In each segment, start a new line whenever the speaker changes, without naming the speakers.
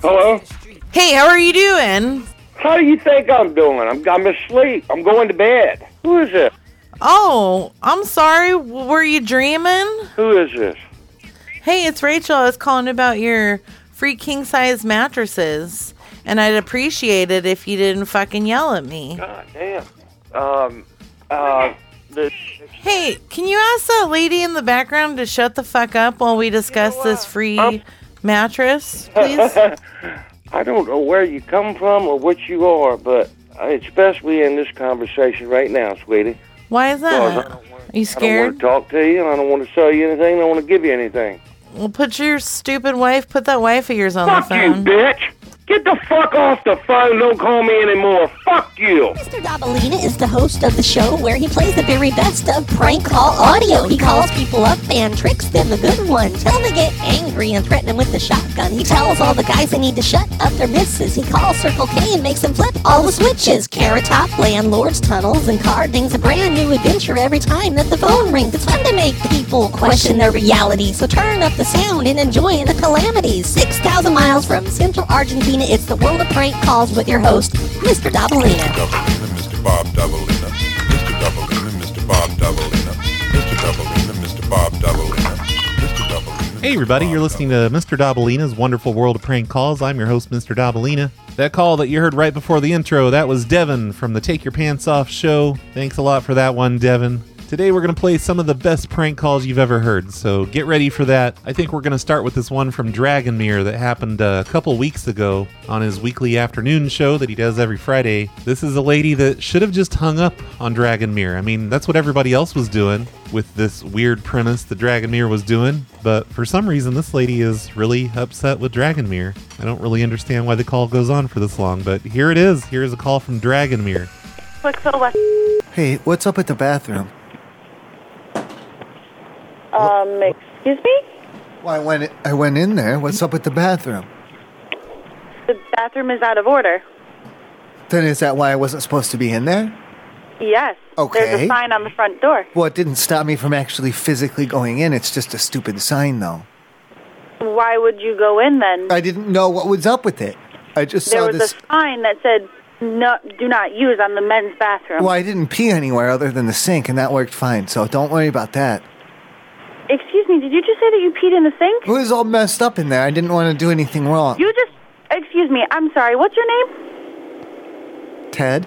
Hello?
Hey, how are you doing?
How do you think I'm doing? I'm, I'm asleep. I'm going to bed. Who is this?
Oh, I'm sorry. W- Were you dreaming?
Who is this?
Hey, it's Rachel. I was calling about your free king size mattresses, and I'd appreciate it if you didn't fucking yell at me.
God damn. Um, uh, this,
Hey, can you ask that lady in the background to shut the fuck up while we discuss this free
Oh.
mattress, please?
I don't know where you come from or what you are, but uh, it's best we end this conversation right now, sweetie.
Why is
Because
that?
I
Are
don't
you
I don't want
scared?
to talk to you, and I don't want to sell you anything. and I don't want to give you anything.
Well, put your stupid wife, put that wife of yours on
Fuck
the
you,
phone.
bitch! Get the fuck off the phone. Don't call me anymore. Fuck you.
Mr. Dabalina is the host of the show where he plays the very best of prank call audio. He calls people up and tricks them the good ones. Tell them to get angry and threaten them with the shotgun. He tells all the guys they need to shut up their misses. He calls Circle K and makes them flip all the switches. Carrot Top, landlords, tunnels, and cardings. A brand new adventure every time that the phone rings. It's fun to make people question their reality. So turn up the sound and enjoy the calamities. 6,000 miles from central Argentina, it's the world of prank calls with your host, Mr. Dabalina.
Doubleina, Mr. Bob Doubleina, Mr. Doubleina, Mr. Bob Doubleina, Mr. Doubleina, Mr. Bob Doubleina, Mr. Doubleina.
Hey, everybody, you're listening to Mr. Dabalina's Wonderful World of Prank Calls. I'm your host, Mr. Dabalina. That call that you heard right before the intro, that was Devin from the Take Your Pants Off show. Thanks a lot for that one, Devin. Today, we're going to play some of the best prank calls you've ever heard, so get ready for that. I think we're going to start with this one from Dragonmere that happened uh, a couple weeks ago on his weekly afternoon show that he does every Friday. This is a lady that should have just hung up on Dragonmere. I mean, that's what everybody else was doing with this weird premise that Dragonmere was doing, but for some reason, this lady is really upset with Dragonmere. I don't really understand why the call goes on for this long, but here it is. Here's a call from Dragonmere.
Click for the left.
Hey, what's up at the bathroom?
Um, excuse me?
Well, I went I went in there. What's up at the bathroom?
The bathroom is out of order.
Then is that why I wasn't supposed to be in there?
Yes. There's
Okay.
a sign on the front door.
Well, it didn't stop me from actually physically going in. It's just a stupid sign, though.
Why would you go in then?
I didn't know what was up with it. I just
there
saw
was
this.
a sign that said, no, do not use on the men's bathroom.
Well, I didn't pee anywhere other than the sink, and that worked fine. So don't worry about that.
Excuse me, did you just say that you peed in the sink?
It was all messed up in there. I didn't want to do anything wrong.
You just, excuse me, I'm sorry, what's your name?
Ted.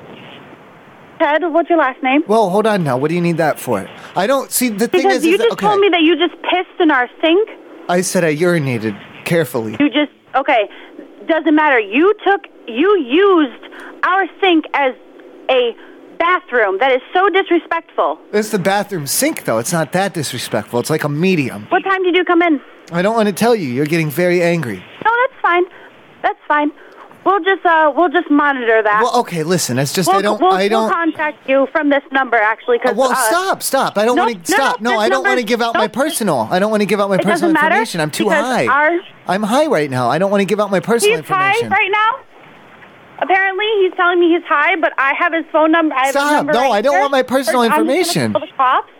Ted, what's your last name?
Well, hold on now. What do you need that for? I don't see the thing
Because
is.
you
is that-
just
okay.
told me that you just pissed in our sink.
I said I urinated carefully.
You just, okay, doesn't matter. You took, you used our sink as a bathroom. That is so disrespectful.
It's the bathroom sink, though. It's not that disrespectful. It's like a medium.
What time did you come in?
I don't want to tell you. You're getting very angry.
No, that's fine. That's fine. We'll just uh, we'll just monitor that.
Well, okay, listen. It's just
we'll,
I don't.
we'll,
I don't.
we'll contact you from this number actually.
Uh,
Cause,
well,
uh,
stop, stop. I don't
no,
want
no,
to stop.
no,
No,
this
I don't want to
number-
give out my
don't-
personal. I don't want to give out my
It doesn't
personal
matter,
information. I'm too
because
high.
our-
I'm high right now. I don't want to give out my personal
He's high
information.
right now. Apparently, he's telling me he's high, but I have his phone number. I have his
Stop.
number
No,
right
I don't
here.
want my personal
I'm just gonna
information.
call the cops,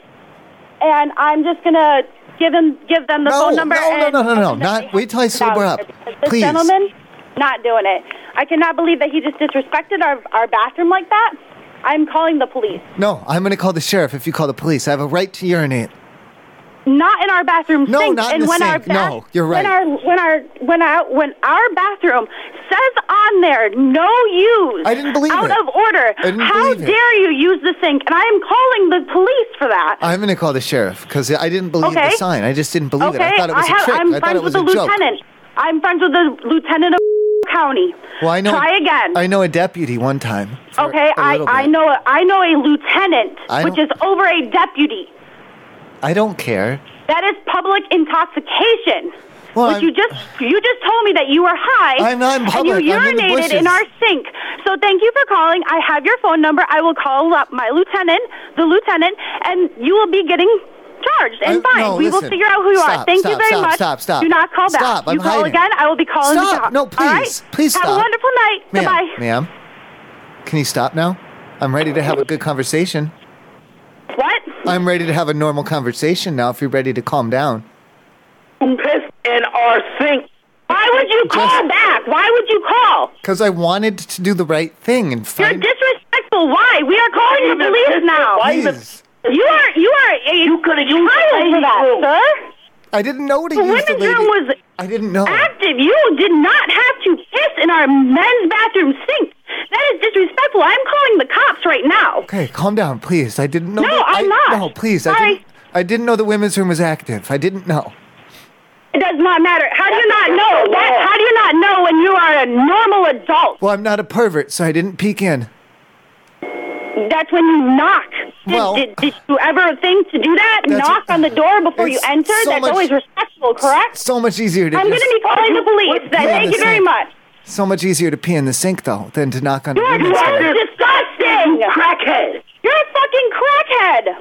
and I'm just gonna give them give them the
No,
phone number.
no, no,
and
no, no, no,
tell them that
not-
they have
wait till I
to get out
sober
of
up.
here, because This
Please.
gentleman, not doing it. I cannot believe that he just disrespected our our bathroom like that. I'm calling the police.
No, I'm going to call the sheriff if you call the police. I have a right to urinate.
Not in our bathroom
No,
sink.
not in
and
the
when our
sink. No, you're right.
When our when our when our when our bathroom says on there no use.
I didn't believe
out
it.
of order.
I didn't
How
believe it.
dare you use the sink? And I am calling the police for that.
I'm going to call the sheriff because I didn't believe
Okay.
the sign. I just didn't believe
okay,
it. I thought it was
have,
a trick.
I'm
I thought
friends
it was
with
a
the
joke.
lieutenant. I'm friends with the lieutenant of county.
Well, I know.
Try again.
I know a deputy one time. for
okay,
a
I
little
I
bit.
know a, I know a lieutenant,
I
which is
don't-
over a deputy.
I don't care.
That is public intoxication.
Well,
but
I'm-
you just you just told me that you were high.
I'm not in
And
public.
you
I'm in the
urinated
bushes.
our sink. So thank you for calling. I have your phone number. I will call up my lieutenant, the lieutenant, and you will be getting charged and
I-
fined.
no,
we will
listen.
figure out who you are.
Stop,
Thank you
stop,
very
stop,
much.
stop, stop.
Do not call back.
Stop, I'm
you call
hiding.
again. I will be calling the
Stop.
cops.
No,
All right?
please. Please
Have a
stop.
wonderful night.
Ma'am,
Goodbye.
ma'am, can you stop now? I'm ready to have a good conversation.
What?
I'm ready to have a normal conversation now if you're ready to calm down.
Who pissed in our sink?
Why would you call back? Why would you call?
Because I wanted to do the right thing and
You're
find.
disrespectful. Why? We are calling the police now.
Please.
You are you are a you could have used for that, sir.
I didn't know to
The
use the
women's
lady.
room was
I didn't know.
active. You did not have to piss in our men's bathroom sink. That is disrespectful. I'm calling the cops right now.
Okay, calm down, please. I didn't know.
No,
that-
I'm
I,
not.
No, please. I
Sorry.
didn't. I didn't know the women's room was active. I didn't know.
It does not matter. How do you not know? That, how do you not know when you are a normal adult?
Well, I'm not a pervert, so I didn't peek in.
That's when you knock. Did,
Well-
did, did you ever think to do that?
That's-
Knock on the door before you
it's
enter?
so
That's
much-
always respectful, correct?
So much easier to.
I'm going
just-
to be calling the police. Then.
Yeah,
Thank you
that's
very
right.
much.
So much easier to pee in the sink though than to knock on the
You are
women's door.
disgusting! Crackhead! You're a fucking crackhead!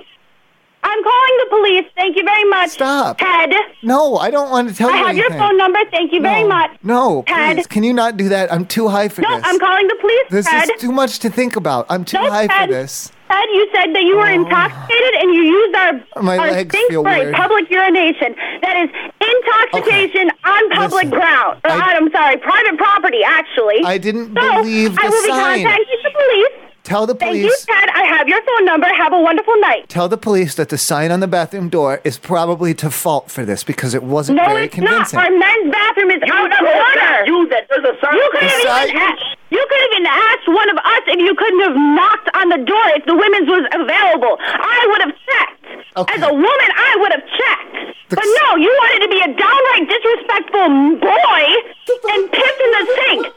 I'm calling the police. Thank you very much.
Stop.
Ted,
No, I don't want to tell
I
you
have
anything.
your phone number. Thank you very
no.
much.
No,
Ted.
please. Can you not do that? I'm too high for
No,
this.
I'm calling the police,
this
Ted.
is too much to think about. I'm too
No,
high
Ted.
for this. Oh.
Ted, you said that you were intoxicated and you used our,
My
our
legs
sink
feel
for
weird.
a public urination. That is intoxication on public
Listen,
ground. Or,
I-
I'm sorry, private property, actually.
I didn't
so,
believe the
I will
sign.
be contacting the police.
Tell the
Thank
police.
you, Ted. I have your phone number. Have a wonderful night.
Tell the police that the sign on the bathroom door is probably to fault for this because it wasn't
No,
very
it's
convincing.
not. Our men's bathroom is out of order. You that there's a sign. You could
The
have even
sign-
asked. You could have even asked one of us if you couldn't have knocked on the door if the women's was available. I would have checked.
Okay.
As a woman, I would have checked.
The-
but no, you wanted to be a downright disrespectful boy and piss in the sink.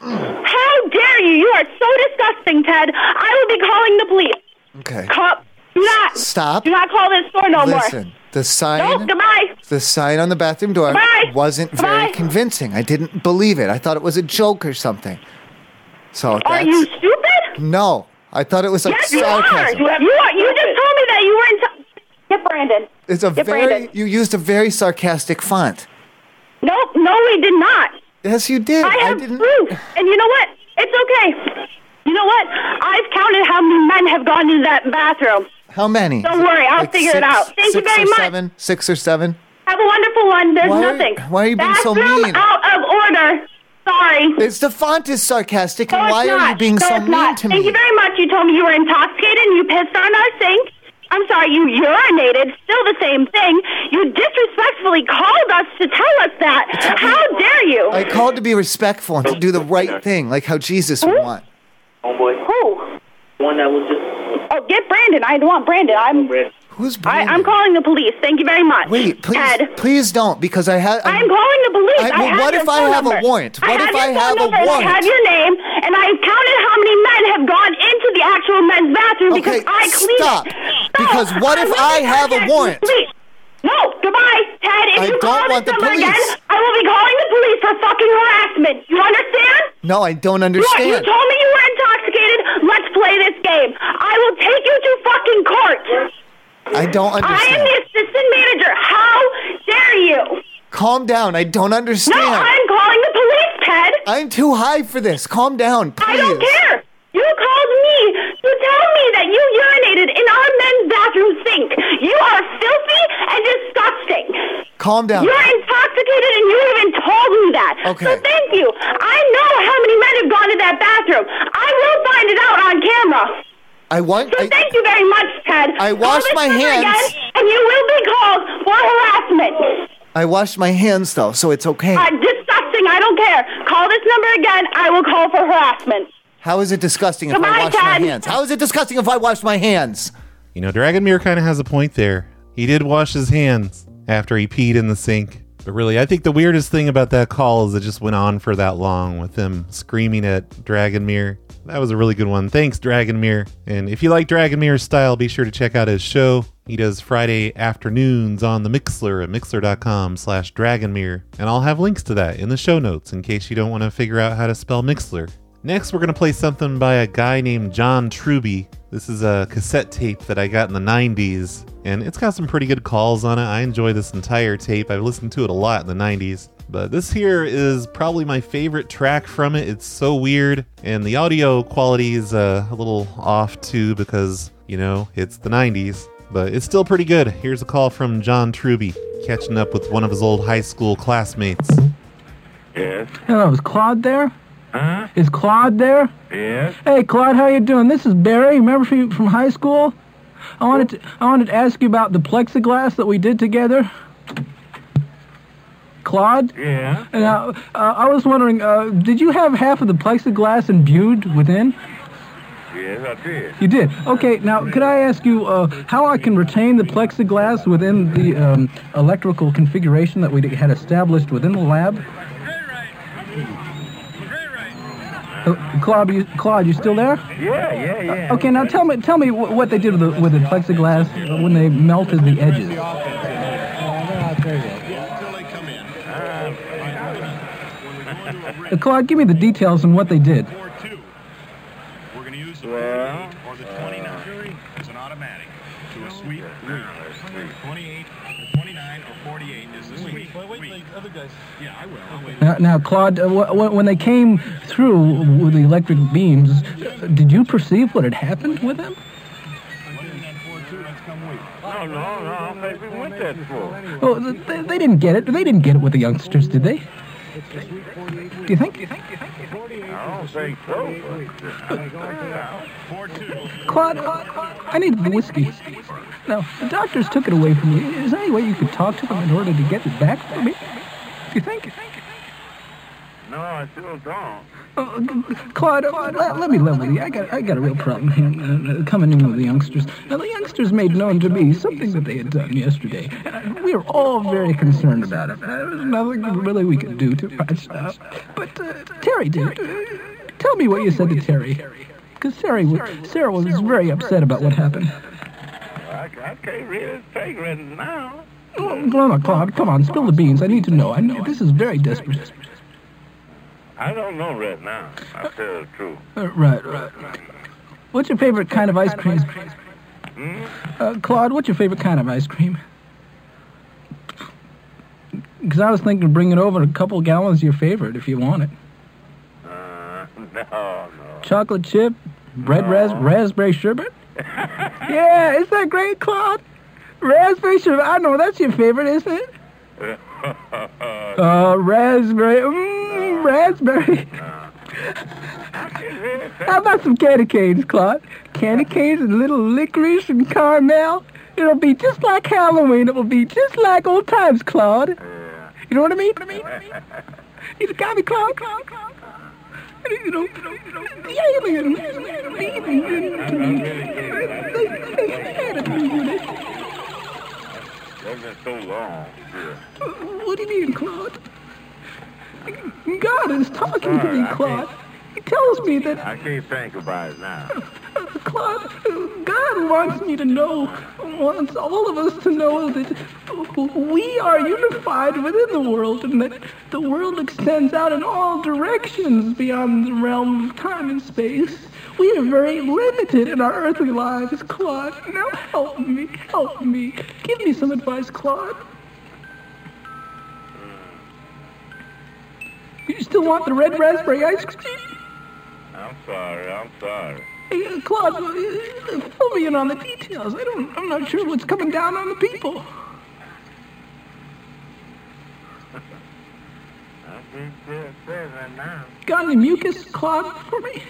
How dare you? You are so disgusting, Ted. I will be calling the police.
okay.
Cop, do not
Stop.
Do not call this store no
Listen,
more.
the sign.
No, goodbye.
The sign on the bathroom door
Goodbye.
wasn't very
Goodbye.
convincing. I didn't believe it. I thought it was a joke or something. So
Are
that's
you stupid?
no. I thought it was like
Yes, you are.
sarcasm.
You, are- you just told me that you were in. T- Get Brandon.
It's a
Get
very
Brandon.
you used a very sarcastic font.
Nope. No, we did not.
Yes, you did.
I have
didn't.
proof. And you know what? It's okay. You know what? I've counted how many men have gone into that bathroom.
How many?
Don't worry, I'll
Like
figure it
six-
out. Thank you
six
very
or
much.
Seven, six or seven.
Have a wonderful one. There's
Why are-
nothing.
why are you being so
Bathroom
mean?
out of order. Sorry.
It's the font is sarcastic,
no,
and
it's
why
not.
are you being
no,
so
it's
mean
not.
to
Thank
me?
you very much. You told me you were intoxicated and you pissed on our sink. I'm sorry, you urinated. Still the same thing. You disrespectfully called us to tell us that. How dare you?
I called to be respectful and to do the right thing, like how Jesus would want.
Homeboy,
Who?
one that was just. Oh,
Oh, get Brandon. I want Brandon. I'm.
Who's
I,
Brandon?
I'm calling the police. Thank you very much.
Wait, please,
Ted.
please don't, because I have.
I'm calling the police. I,
I- well,
have
what
your
if I
phone
have a
number.
warrant? What
I
if I
have your
have a
phone number and
warrant?
I have your name, and I counted how many men have gone into the actual men's bathroom because
Okay,
I cleaned
stop.
it.
Because what if
will be
I have a
contacting
warrant?
the police. No, goodbye, Ted. If
I
you
don't
call
want the
this number again,
police.
I will be calling the police for fucking harassment. You understand?
No, I don't
You, are- you
understand.
told me you were intoxicated. Let's play this game. I will take you to fucking court.
I don't
I am
understand.
the assistant manager. How dare you?
Calm down. I
No,
don't understand.
I'm calling the police, Ted. I,
I'm too high for this. Calm down, please.
don't care. You called me to tell me that you urinated in our men's bathroom sink. You are filthy and disgusting.
Calm down.
You're intoxicated and you even told me that.
Okay.
So thank you. I know how many men have gone to that bathroom. I will find it out on camera.
I want.
So
I,
thank you very much, Ted.
I
Call
washed
this
my
number
hands.
Again, and you will be called for harassment.
I washed my hands though, so it's okay.
I'm disgusting. I don't care. Call this number again. I will call for harassment.
How is it disgusting if I
Goodbye,
wash
Ted.
my hands? How is it disgusting if I wash my hands?
You know, Dragomir kind of has a point there. He did wash his hands after he peed in the sink. But really, I think the weirdest thing about that call is it just went on for that long with them screaming at Dragomir. That was a really good one. Thanks, Dragomir. And if you like Dragomir's style, be sure to check out his show. He does Friday afternoons on the Mixler at mixler.com slash Dragomir. And I'll have links to that in the show notes in case you don't want to figure out how to spell Mixler. Next, we're going to play something by a guy named John Truby. This is a cassette tape that I got in the 90s, and it's got some pretty good calls on it. I enjoy this entire tape. I've listened to it a lot in the 90s. But this here is probably my favorite track from it. It's so weird, and the audio quality is uh, a little off too because, you know, it's the 90s. But it's still pretty good. Here's a call from John Truby, catching up with one of his old high school classmates.
Yes.
Hello, is Claude there? Huh? Is Claude there?
Yes.
Hey, Claude, how you doing? This is Barry. Remember from from high school? I wanted to, I wanted to ask you about the plexiglass that we did together. Claude?
Yeah.
Now, uh, I was wondering, uh, did you have half of the plexiglass imbued within?
Yes, I did.
You did. Okay, now could I ask you uh, how I can retain the plexiglass within the um, electrical configuration that we had established within the lab? Uh, Claude, you, Claude, you still there?
Yeah, yeah, yeah.
Okay, now tell me, tell me wh- what they did with the, with the plexiglass when they melted the edges. Uh, Claude, give me the details on what they did.
Well, uh,
Now, now Claude, uh, wh- wh- when they came through with the electric beams, uh, did you perceive what had happened with them?
no, no, no. I don't think we went that far.
Well, Oh, th- they, they didn't get it. They didn't get it with the youngsters, did they? Do you think?
I don't think so. uh,
Claude, I need the whiskey. Now, the doctors took it away from you. Is there any way you could talk to them in order to get it back for me? Do you think?
No, I still don't.
Uh, Claude, uh, let, let me level with you. I got, I got a real problem here uh, uh, coming in with the youngsters. Now, the youngsters made known to me something that they had done yesterday. And I- we were all very concerned about it. There was nothing really we could do to patch it up. But uh, Terry did. Uh, tell me what you said to Terry. Because Terry was, Sarah was very upset about what happened.
I, I can't really take it now.
Well, Grandma Claude, come on, spill the beans. I need to know. I know this is very desperate.
I don't know right now. I tell the truth.
Uh, right, right. What's your favorite kind of ice cream?
Hmm?
Uh, Claude, what's your favorite kind of ice cream? Because I was thinking of bringing over a couple gallons of your favorite if you want it.
Uh, no, no.
Chocolate chip, red ras- raspberry sherbet? yeah, isn't that great, Claude? Raspberry sherbet. I know that's your favorite, isn't it? Uh, raspberry. Mmm, raspberry. How about some candy canes, Claude? Candy canes and little licorice and caramel. It'll be just like Halloween. It will be just like old times, Claude. You know what I mean? You got me, Claude. Claude, Claude. You know, you know, What
That's been so long. Yeah.
do you mean, Claude? God is talking to me, Claude. He tells me that
I can't think about it now.
Claude, God wants me to know, wants all of us to know that we are unified within the world and that the world extends out in all directions beyond the realm of time and space. We are very limited in our earthly lives, Claude. Now help me, help me. Give me some advice, Claude. You still want the red raspberry ice cream?
I'm sorry. I'm sorry.
Hey, uh, Claude, uh, uh, fill me in on the details. I don't, I'm not sure what's coming down on the people.
I'm being dead right now.
Got any mucus, Claude, for me?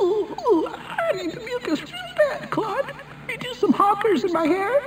Ooh, ooh, I need the mucus real bad, Claude. You do some hawkers in my hair?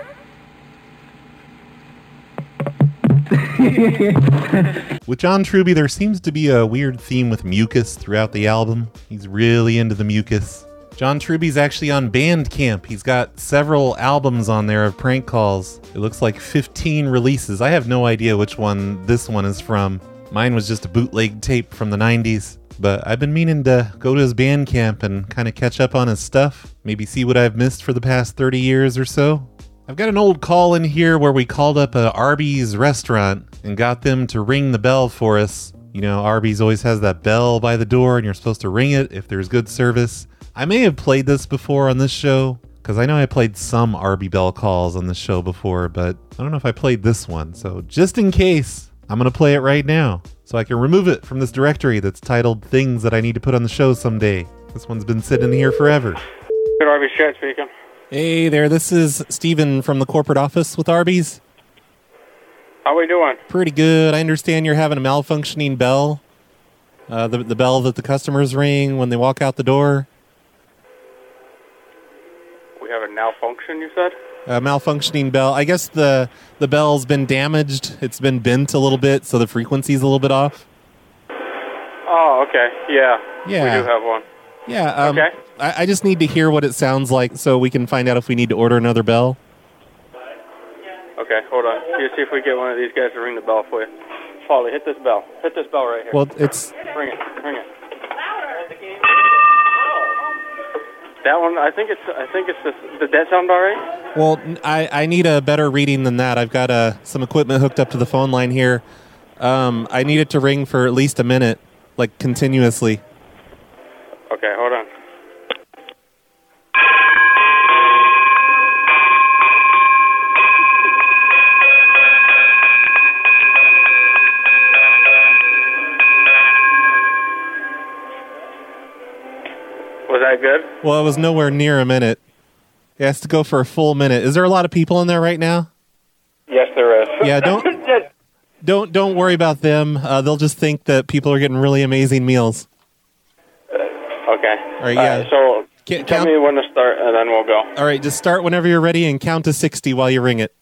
With John Truby, there seems to be a weird theme with mucus throughout the album. He's really into the mucus. John Truby's actually on Bandcamp. He's got several albums on there of prank calls. It looks like 15 releases. I have no idea which one this one is from. Mine was just a bootleg tape from the 90s. But I've been meaning to go to his Bandcamp and kind of catch up on his stuff. Maybe see what I've missed for the past 30 years or so. I've got an old call in here where we called up a Arby's restaurant and got them to ring the bell for us. You know, Arby's always has that bell by the door and you're supposed to ring it if there's good service. I may have played this before on this show because I know I played some Arby bell calls on this show before, but I don't know if I played this one. So just in case, I'm going to play it right now so I can remove it from this directory that's titled Things That I Need to Put on the Show Someday. This one's been sitting here forever.
Good Arby's chat speaking.
Hey there, this is Steven from the corporate office with Arby's.
How we doing?
Pretty good. I understand you're having a malfunctioning bell. Uh, the, the bell that the customers ring when they walk out the door.
We have a now function, you said?
A malfunctioning bell. I guess the the bell's been damaged. It's been bent a little bit, so the frequency's a little bit off.
Oh, okay. Yeah.
Yeah.
We do have one.
Yeah. Um,
Okay.
I, I just need to hear what it sounds like so we can find out if we need to order another bell.
Okay, hold on. You see if we get one of these guys to ring the bell for you. Polly, hit this bell. Hit this bell right here.
Well, it's-
Ring it. Ring it. That one, I think it's, I think it's this. Did that sound all right?
Well, n- I, I need a better reading than that. I've got uh, some equipment hooked up to the phone line here. Um, I need it to ring for at least a minute, like continuously.
Okay, hold on. Was that good?
Well, it was nowhere near a minute. It has to go for a full minute. Is there a lot of people in there right now?
Yes, there is.
Yeah, don't don't don't worry about them. Uh, they'll just think that people are getting really amazing meals.
Okay. Uh,
All right, yeah.
so
Can-
tell
count-
me when to start, and then we'll go.
All right, just start whenever you're ready and count to sixty while you ring it.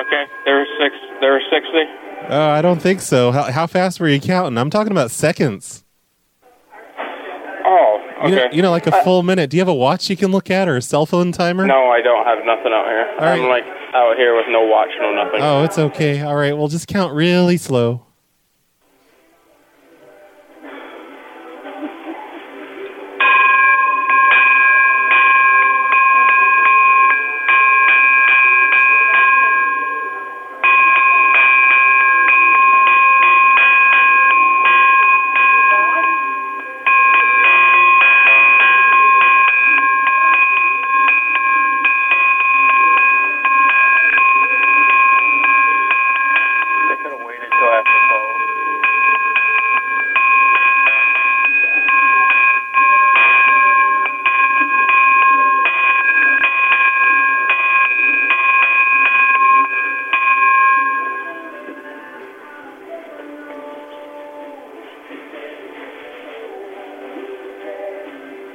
Okay, there are six. There are sixty.
Uh, I don't think so. How, how fast were you counting? I'm talking about seconds.
Oh, okay.
You know, you know, like a
I-
full minute. Do you have a watch you can look at or a cell phone timer?
No, I don't have nothing out here.
All
I'm like out here with no watch, no nothing.
Oh, it's okay. All right, we'll just count really slow.
They could have waited till after twelve.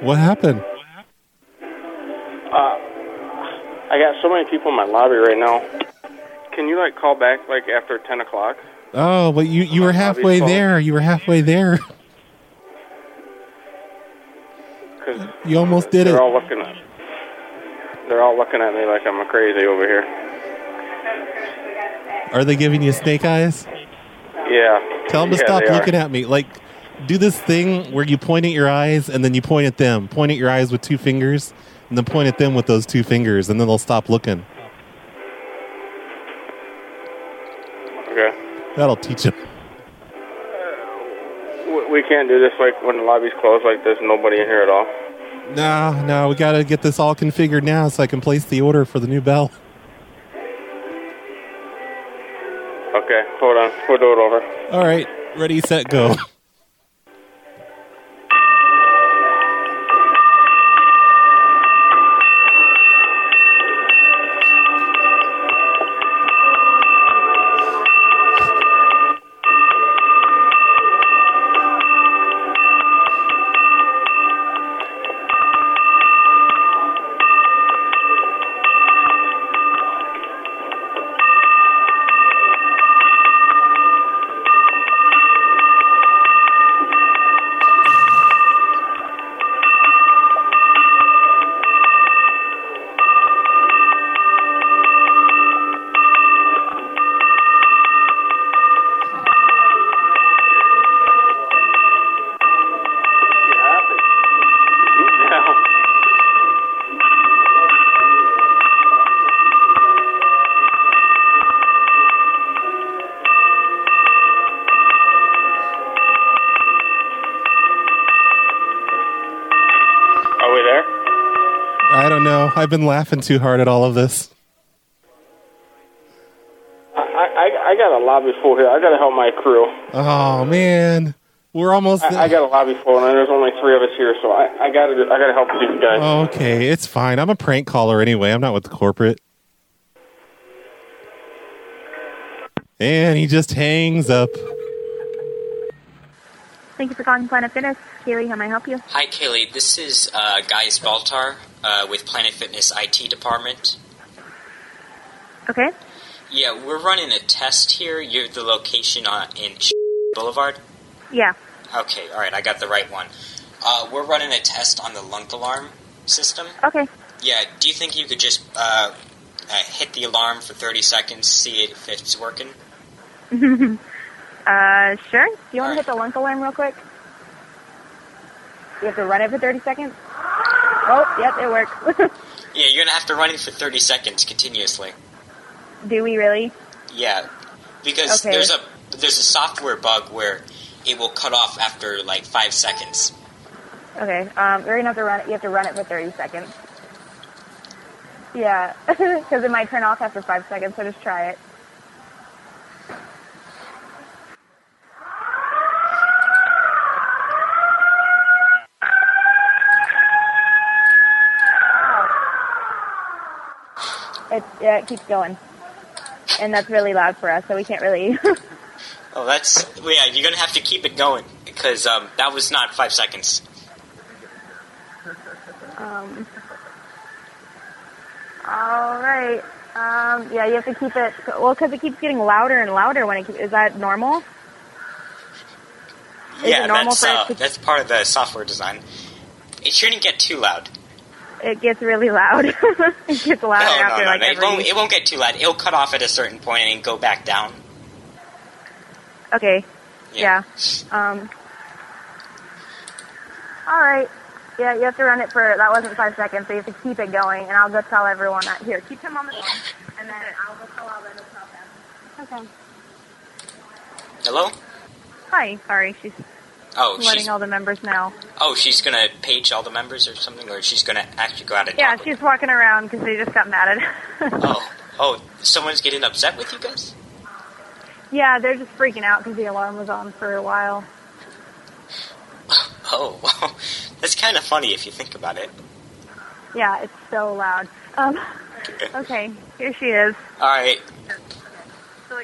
What happened?
Uh, I got so many people in my lobby right now. Can you like call back like after ten o'clock?
Oh, but you you were halfway
fault.
there. You were halfway there.
Because
You almost did
they're
it.
all looking at. They're all looking at me like I'm a crazy over here.
Are they giving you snake eyes?
Yeah.
Tell them to
Yeah,
stop
they are.
looking at me. Like, do this thing where you point at your eyes and then you point at them. Point at your eyes with two fingers and then point at them with those two fingers, and then they'll stop looking.
Okay.
That'll teach them.
We- We can't do this like when the lobby's closed like there's nobody in here at all.
No, no, we gotta get this all configured now so I can place the order for the new bell.
Okay, hold on. We'll do it over.
All right, ready, set, go. know. I've been laughing too hard at all of this.
I, I, I got a lobby full here. I got to help my crew.
Oh man, we're almost.
I, I got a lobby full, and there's only three of us here, so I, I got to I got to help these guys.
Oh, Okay, it's fine. I'm a prank caller anyway. I'm not with the corporate. And he just hangs up.
Thank you for calling Planet Fitness. Kaylee, how may I help you?
Hi, Kaylee. This is uh, Guys Baltar uh, with Planet Fitness IT department.
Okay.
Yeah, we're running a test here. You're the location on in Boulevard.
Yeah.
Okay, all right, I got the right one. Uh, we're running a test on the lunk alarm system.
Okay.
Yeah, do you think you could just uh, uh, hit the alarm for 30 seconds, see if it's working?
uh, sure. Do you want to hit the lunk alarm real quick? You have to run it for 30 seconds. Oh, yep, it works.
Yeah, you're going to have to run it for 30 seconds continuously.
Do we really?
Yeah, because
Okay.
there's a there's a software bug where it will cut off after like five seconds.
Okay. Um, you're gonna have to run it. You have to run it for 30 seconds. Yeah, because it might turn off after five seconds. So just try it. It, yeah, it keeps going, and that's really loud for us, so we can't really.
Oh, that's well, yeah. You're gonna have to keep it going because um, that was not five seconds.
Um, all right. Um, yeah, you have to keep it. Well, because it keeps getting louder and louder when it keep, is that normal? Is
yeah,
it normal
that's
for it
uh,
to-
that's part of the software design. It shouldn't get too loud.
It gets really loud. it gets louder
no, Oh, no,
after
no,
like
no. It
every.
won't. It won't get too loud. It'll cut off at a certain point and go back down.
Okay.
Yeah.
Um. All right. Yeah, you have to run it for that wasn't five seconds, so you have to keep it going, and I'll go tell everyone that here. Keep him on the phone, and then I'll go tell all the about them. Okay.
Hello?
Hi. Sorry, she's
Oh,
letting
she's
all the members know.
oh she's gonna page all the members or something, or she's gonna actually go out and
Yeah, she's walking around because they just got mad at us.
oh oh someone's getting upset with you guys.
yeah, they're just freaking out because the alarm was on for a while.
Oh wow, that's kind of funny if you think about it.
Yeah, it's so loud. Um, okay, here she is.
All right,
All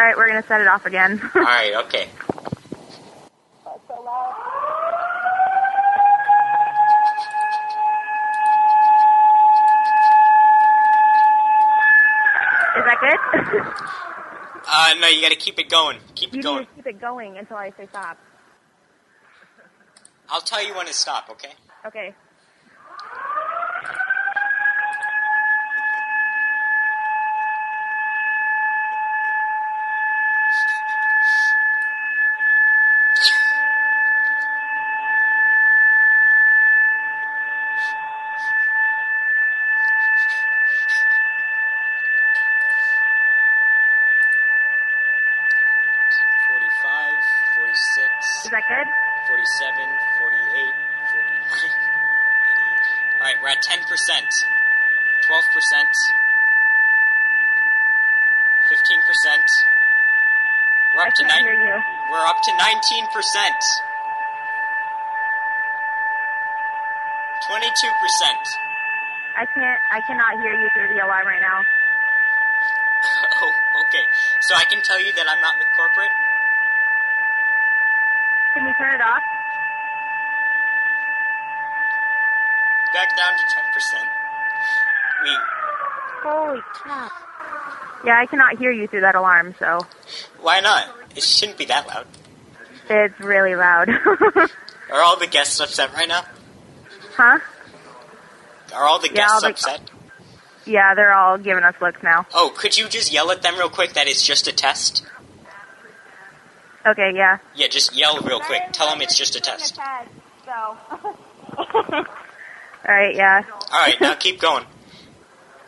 right, we're going to set it off again.
all right, okay.
Is that good?
Uh, no, you gotta keep it going. Keep it
you
going.
need to keep it going until I say stop.
I'll tell you when to stop. Okay.
Okay.
Forty-five, forty-six.
Is that good?
47, 48, 49, 88. All right, we're at 10%, 12%, 15%. We're up to nine. We're up to 19%. 22%.
I can't. I cannot hear you through the alarm right now.
Oh, okay. So I can tell you that I'm not with corporate?
Can we turn it off?
Back down to 10%. We.
Holy crap! Yeah, I cannot hear you through that alarm, so
Why not? It shouldn't be that loud.
it's really loud.
Are all the guests upset right now?
huh?
Are all the
Yeah, all
guests
the-
upset?
Yeah, they're all giving us looks now.
Oh, could you just yell at them real quick that it's just a test?
Okay, yeah.
Yeah, just yell real quick. Tell them it's just a test.
So. all right, yeah.
All right, now keep going.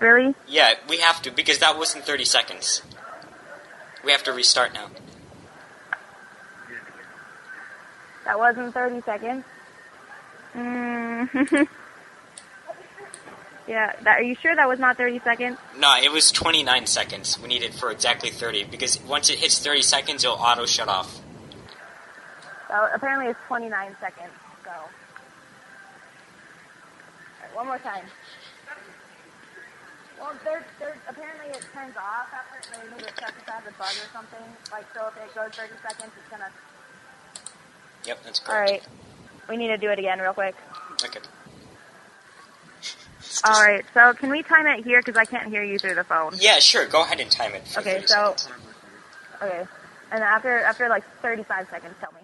Really?
Yeah, we have to because that wasn't 30 seconds. We have to restart now.
That wasn't 30 seconds. Mm. Yeah. That, are you sure that was not 30 seconds?
No, it was 29 seconds. We needed for exactly 30 because once it hits 30 seconds, it'll auto shut off.
So apparently it's 29 seconds. So. All right, one more time. Well, there, there, apparently it turns off after maybe the second has a bug or something. Like, so if it goes 30 seconds, it's gonna.
Yep, that's
All
correct.
right. We need to do it again real quick.
Okay.
All right. So can we time it here? Because I can't hear you through the phone.
Yeah, sure. Go ahead and time it. for
Okay.
30
So.
seconds.
Okay. And after after like 35 seconds, tell me.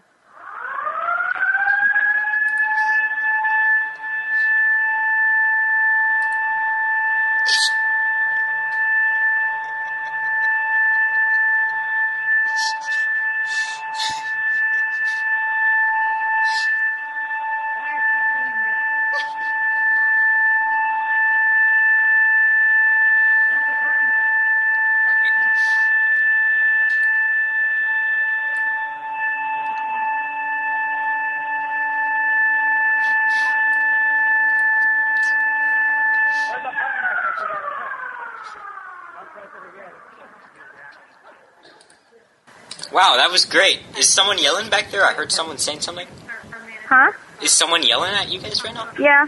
Wow, that was great. Is someone yelling back there? I heard someone saying something.
Huh?
Is someone yelling at you guys right now?
Yeah.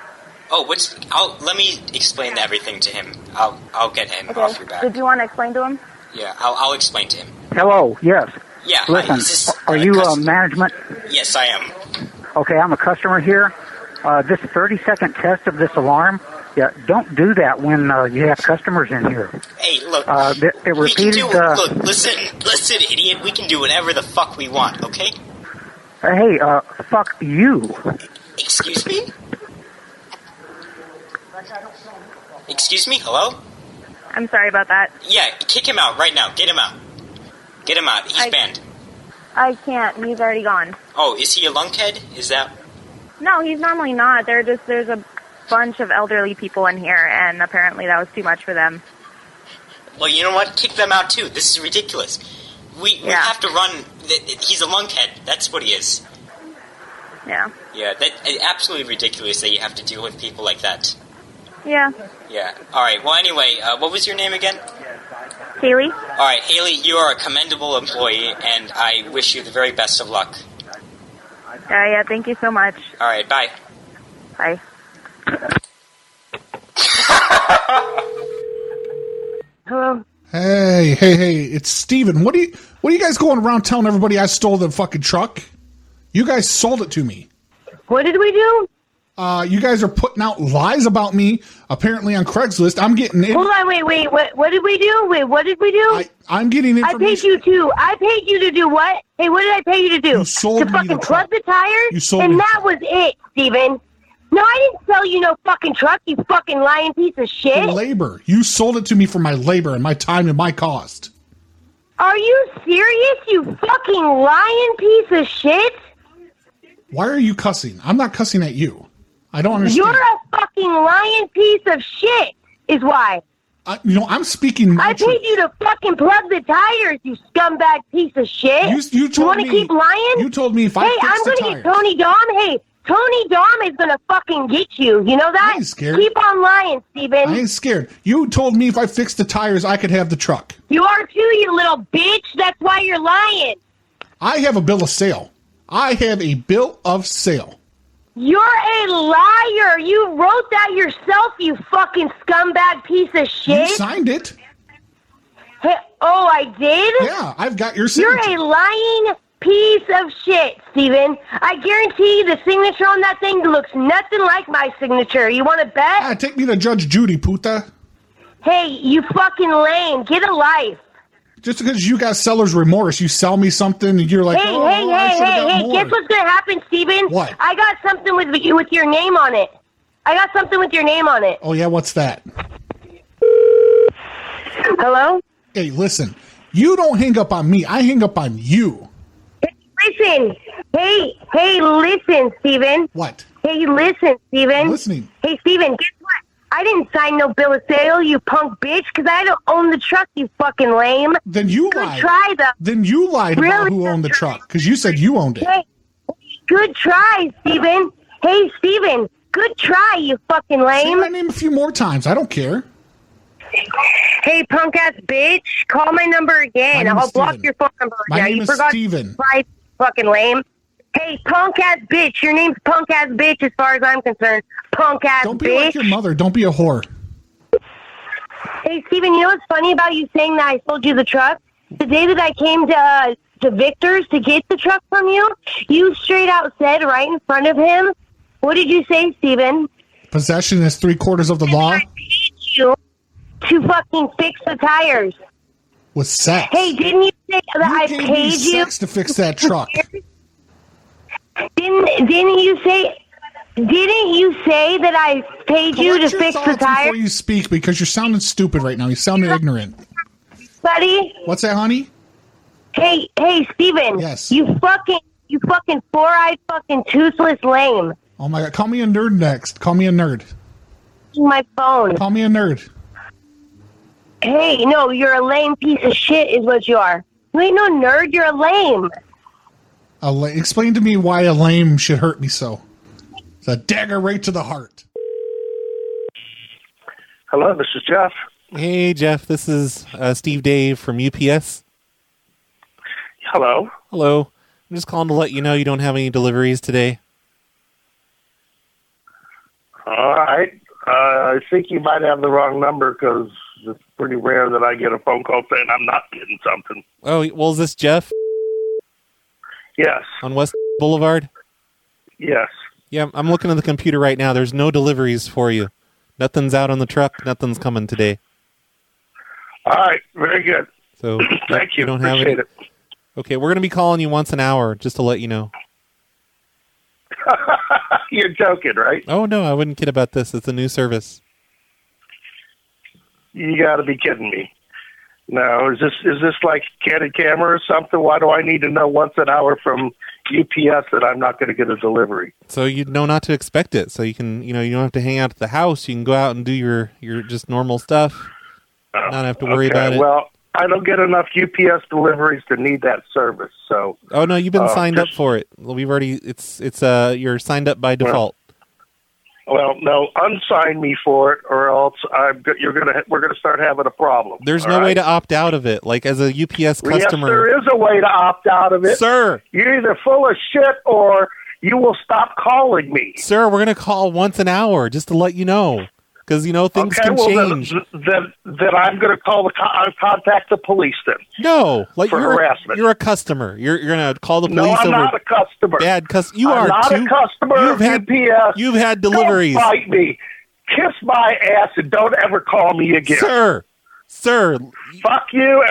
Oh, what's? I'll let me explain everything to him. I'll I'll get him off your back.
Did you want to explain to him?
Yeah, I'll I'll explain to him.
Hello. Yes.
Yeah, hi,
Listen,
is this,
are you uh, management?
Yes, I am.
Okay, I'm a customer here. Uh, this 30 second test of this alarm. Yeah, don't do that when uh, you have customers in here.
Hey, look.
Uh, it, it
we can
repeated.
do.
uh,
Look, listen, listen, idiot. We can do whatever the fuck we want. Okay?
Hey, uh, fuck you.
Excuse me. Excuse me. Hello.
I'm sorry about that.
Yeah, kick him out right now. Get him out. Get him out. He's
I-
banned.
I can't. He's already gone.
Oh, is he a lunkhead? Is that?
No, he's normally not. They're just there's a bunch of elderly people in here, and apparently that was too much for them.
Well, you know what? Kick them out too. This is ridiculous. We, we
Yeah.
have to run. th- th- He's a lunkhead. That's what he is.
Yeah.
Yeah, that it's absolutely ridiculous that you have to deal with people like that.
Yeah.
Yeah. All right. Well, anyway, uh, what was your name again?
Kaylee.
All right, Haley, you are a commendable employee, and I wish you the very best of luck.
Uh, yeah. Thank you so much.
All right, bye.
Bye.
Hello.
Hey, hey, hey! It's Steven. What do you? What are you guys going around telling everybody I stole the fucking truck? You guys sold it to me.
What did we do?
Uh, you guys are putting out lies about me. Apparently on Craigslist, I'm getting.
Hold on, wait, wait. What, what did we do? Wait, what did we do? I,
I'm getting
I paid you to. I paid you to do what? Hey, what did I pay you to do? You sold to fucking plug the tires?
You sold
and
me the
that was it, Steven. No, I didn't sell you no fucking truck, you fucking lying piece of shit.
for labor. You sold it to me for my labor and my time and my cost.
Are you serious, you fucking lying piece of shit?
Why are you cussing? I'm not cussing at you. I don't understand.
You're a fucking lying piece of shit, is why.
I, you know, I'm speaking.
I paid you to fucking plug the tires, you scumbag piece of shit.
You- you told
want to
me-
keep lying?
you told me if I
Hey,
fix
I'm gonna
the
get Tony Dom. Hey, Tony Dom is gonna fucking get you. You know that?
ain't scared.
Keep on lying, Steven.
I ain't scared. You told me if I fixed the tires, I could have the truck.
You are too, you little bitch. That's why you're lying.
I have a bill of sale. I have a bill of sale.
You're a liar. You wrote that yourself, you fucking scumbag piece of shit.
You signed it.
Hey, oh, I did?
Yeah, I've got your
signature. You're a lying piece of shit, Steven. I guarantee you the signature on that thing looks nothing like my signature. You want to bet?
Ah, take me to Judge Judy, puta.
Hey, you fucking lame. Get a life.
Just because you got seller's remorse, you sell me something and you're like,
hey,
oh,
hey,
I
hey,
should've
hey,
got
hey,
more.
guess what's going to happen, Steven?
What?
I got something with with your name on it. I got something with your name on it.
Oh yeah, what's that?
Hello?
Hey, listen. You don't hang up on me. I hang up on you.
Listen. Hey, hey, listen, Steven.
What?
Hey, listen, Steven.
listening.
Hey, Steven, guess what? I didn't sign no bill of sale, you punk bitch, because I don't own the truck, you fucking lame.
Then you
Good
lied.
try, though.
Then you lied about who owned the truck because you said you owned it.
Hey, good try, Steven. Hey, Steven, Good try, you fucking lame.
my name a few more times. I don't care.
Hey, punk ass bitch, call my number again.
My name
I'll
is
block
Steven.
your phone number.
My
yeah,
name
you
is
forgot.
Steven.
Right, fucking lame. Hey, punk ass bitch, your name's punk ass bitch as far as I'm concerned. Punk ass
Don't be
bitch.
like your mother. Don't be a whore.
Hey, Steven, you know what's funny about you saying that I sold you the truck? The day that I came to, uh, to Victor's to get the truck from you, you straight out said right in front of him, what did you say, Steven?
Possession is three quarters of the law.
You to fucking fix the tires.
With sex.
Hey, didn't you say that I
You
paid
use
you?
sex to fix that truck.
Didn't didn't you say didn't you say that I paid you to
Collect your
fix the
thoughts before
tires,
you speak because you're sounding stupid right now. You sounded ignorant.
buddy?
What's that, honey?
Hey, hey, Steven.
Yes.
You fucking you fucking four-eyed fucking toothless lame.
Oh my god. Call me a nerd next. Call me a nerd.
My phone.
Call me a nerd.
Hey, no, you're a lame piece of shit is what you are. You ain't no nerd, you're a lame.
A la- explain to me why a lame should hurt me so. It's a dagger right to the heart.
Hello, this is Jeff.
Hey, Jeff. This is uh, Steve Dave from UPS.
Hello.
Hello. I'm just calling to let you know you don't have any deliveries today.
All right. Uh, I think you might have the wrong number because it's pretty rare that I get a phone call saying I'm not getting something.
Oh, well, is this Jeff?
Yes.
On West Boulevard?
Yes.
Yeah, I'm looking at the computer right now. There's no deliveries for you. Nothing's out on the truck. Nothing's coming today.
All right. Very good.
So
Thank you.
don't have
Appreciate
any- Okay, we're going to be calling you once an hour just to let you know.
it. You're joking, right?
Oh, no, I wouldn't kid about this. It's a new service.
You got to be kidding me. No, is this is this like candid camera or something? Why do I need to know once an hour from UPS that I'm not going to get a delivery?
So you know not to expect it. So you can, you know, you don't have to hang out at the house. You can go out and do your, your just normal stuff. not have to worry
okay,
about it.
Well, I don't get enough UPS deliveries to need that service. So,
oh, no, you've been
uh,
signed
just-
up for it. We've already, it's, it's, uh, you're signed up by default.
well, no, unsign me for it, or else I'm go- you're gonna we're gonna start having a problem.
There's
all
no way
right?
to opt out of it. Like as a UPS customer.
Yes, there is a way to opt out of it,
Sir.
You're either full of shit or you will stop calling me.
Sir, we're going to call once an hour just to let you know. Because, you know, things
okay,
can
well
change.
then then, then I'm gonna call the co- I'll contact the police then.
no, like
for
you're,
harassment.
A, you're a customer. You're, you're going to call the police
no, I'm
over
not a customer.
bad customer. You
I'm
are
not
too.
a customer.
You've had,
UPS.
you've had deliveries.
Don't fight me. Kiss my ass and don't ever call me again,
sir. Sir,
Fuck you.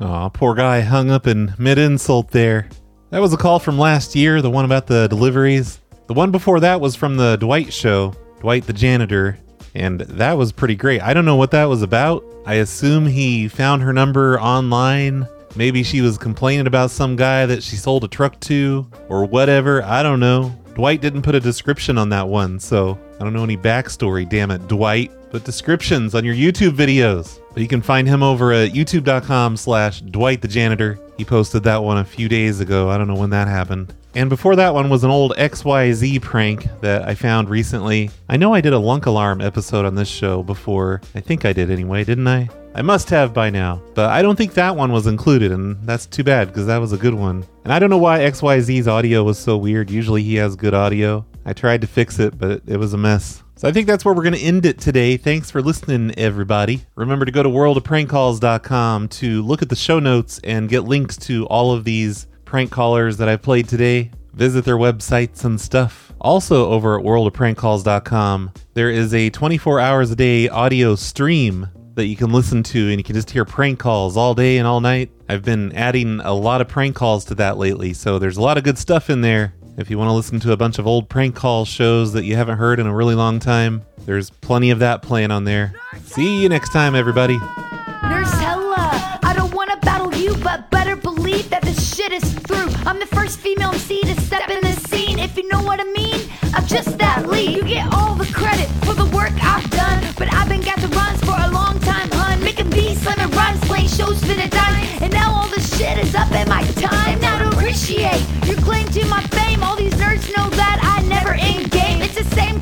Aw, poor guy hung up in mid insult there. That was a call from last year, the one about the deliveries. The one before that was from the Dwight show, Dwight the janitor, and that was pretty great. I don't know what that was about. I assume he found her number online. Maybe she was complaining about some guy that she sold a truck to or whatever. I don't know. Dwight didn't put a description on that one, so I don't know any backstory, damn it, Dwight. But descriptions on your YouTube videos. But you can find him over at youtube.com slash Dwight the Janitor. He posted that one a few days ago. I don't know when that happened. And before that one was an old XYZ prank that I found recently. I know I did a Lunk Alarm episode on this show before. I think I did anyway, didn't I? I must have by now, but I don't think that one was included, and that's too bad because that was a good one. And I don't know why XYZ's audio was so weird. Usually he has good audio. I tried to fix it, but it was a mess. So I think that's where we're going to end it today. Thanks for listening, everybody. Remember to go to worldofprankcalls.com to look at the show notes and get links to all of these prank callers that I played today. Visit their websites and stuff. Also, over at worldofprankcalls.com, there is a 24 hours a day audio stream that you can listen to, and you can just hear prank calls all day and all night. I've been adding a lot of prank calls to that lately, so there's a lot of good stuff in there. If you want to listen to a bunch of old prank call shows that you haven't heard in a really long time, there's plenty of that playing on there. See you next time, everybody.
Nurse Hella, I don't wanna battle you, but better believe that this shit is through. I'm the first female MC to step in the scene, if you know what I mean. I'm just that lead. You get all the credit for the work I've done, but I've been got the runs for a long time, hun. Making beats, slamming rhymes, playing shows for the dime, and now all this shit is up in my time. And I don't appreciate your claim to my fame. All these nerds know that I never in game. It's the same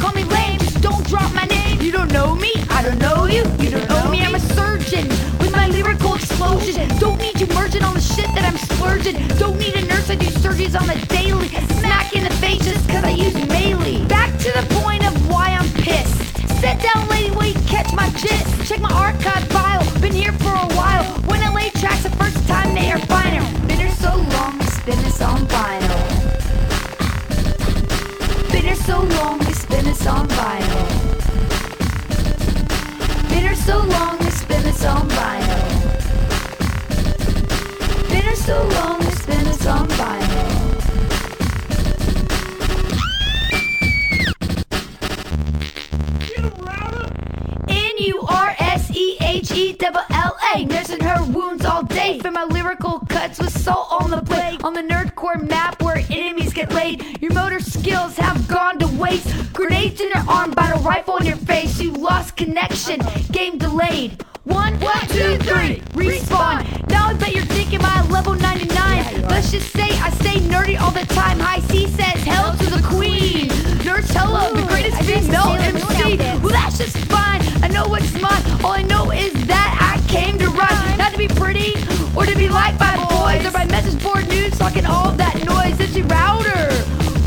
allergies on the daily. Smack in the face just 'cause I use Melee. Back to the point of why I'm pissed. Sit down, lady, while you catch my gist. Check my archive file. Been here for a while. When I lay tracks the first time, they are final. Been here so long, it's been this on vinyl. Been here so long, it's been this on vinyl. Been here so long, it's been this on vinyl. Been here so long, it's been this on vinyl. N U R S E H E double L A. Nursing her wounds all day. From my lyrical cuts with salt on the blade. On the nerdcore map where enemies get laid. Your motor skills have gone to waste. Grenades in your arm, battle rifle in your face. You lost connection, game delayed. One, one, two, three, respawn. Now I bet you're thinking my level 99. Let's just say I stay nerdy all the time. High C says hell to the queen. Nurse hello, the greatest female MC. Well, that's just fine. I know what's mine. All I know is that I came to rhyme, not to be pretty or to be liked by boys or by message board news talking all that noise. It's your router.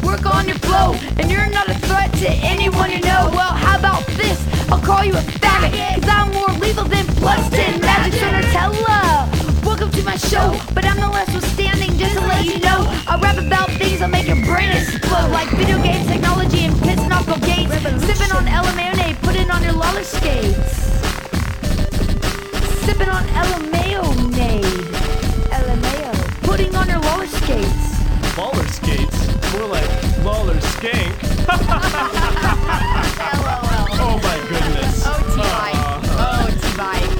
Work on your flow, and you're not a threat to anyone you know. Well, how about this? I'll call you a faggot, cause I'm more lethal than Blunston, Magic Center Tella. Welcome to my show, but I'm no less withstanding just to let you know. I rap about things that make your brain explode, like video games, technology, and pissing off Bill Gates. Sipping on LMAO, put it on your lolly skates. Sipping on LMAO, LMAO. Putting on your lolly skates.
Baller skates? More like baller skank. oh my goodness.
Oh, T-Bite. Oh, T-Bite.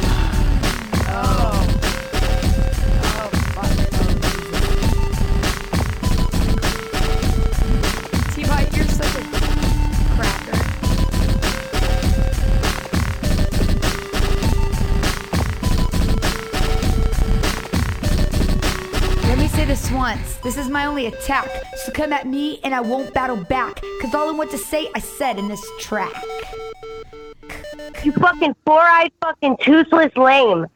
Oh. Oh, fuck. T-Bite, you're such a cracker. Let me say this once. This is my only attack. So come at me and I won't battle back. Cause all I want to say, I said in this track.
You fucking four-eyed, fucking toothless lame.